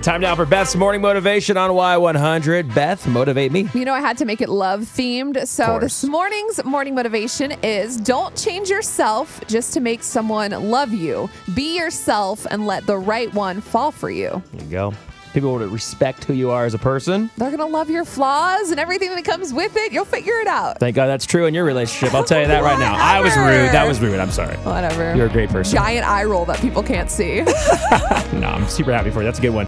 Time now for Beth's morning motivation on Y100. Beth, motivate me. You know, I had to make it love themed. So course. this morning's morning motivation is don't change yourself just to make someone love you. Be yourself and let the right one fall for you. There you go. People would respect who you are as a person. They're going to love your flaws and everything that comes with it. You'll figure it out. Thank God that's true in your relationship. I'll tell you that right now. I was rude. That was rude. I'm sorry. Whatever. You're a great person. Giant eye roll that people can't see. No, I'm super happy for you. That's a good one.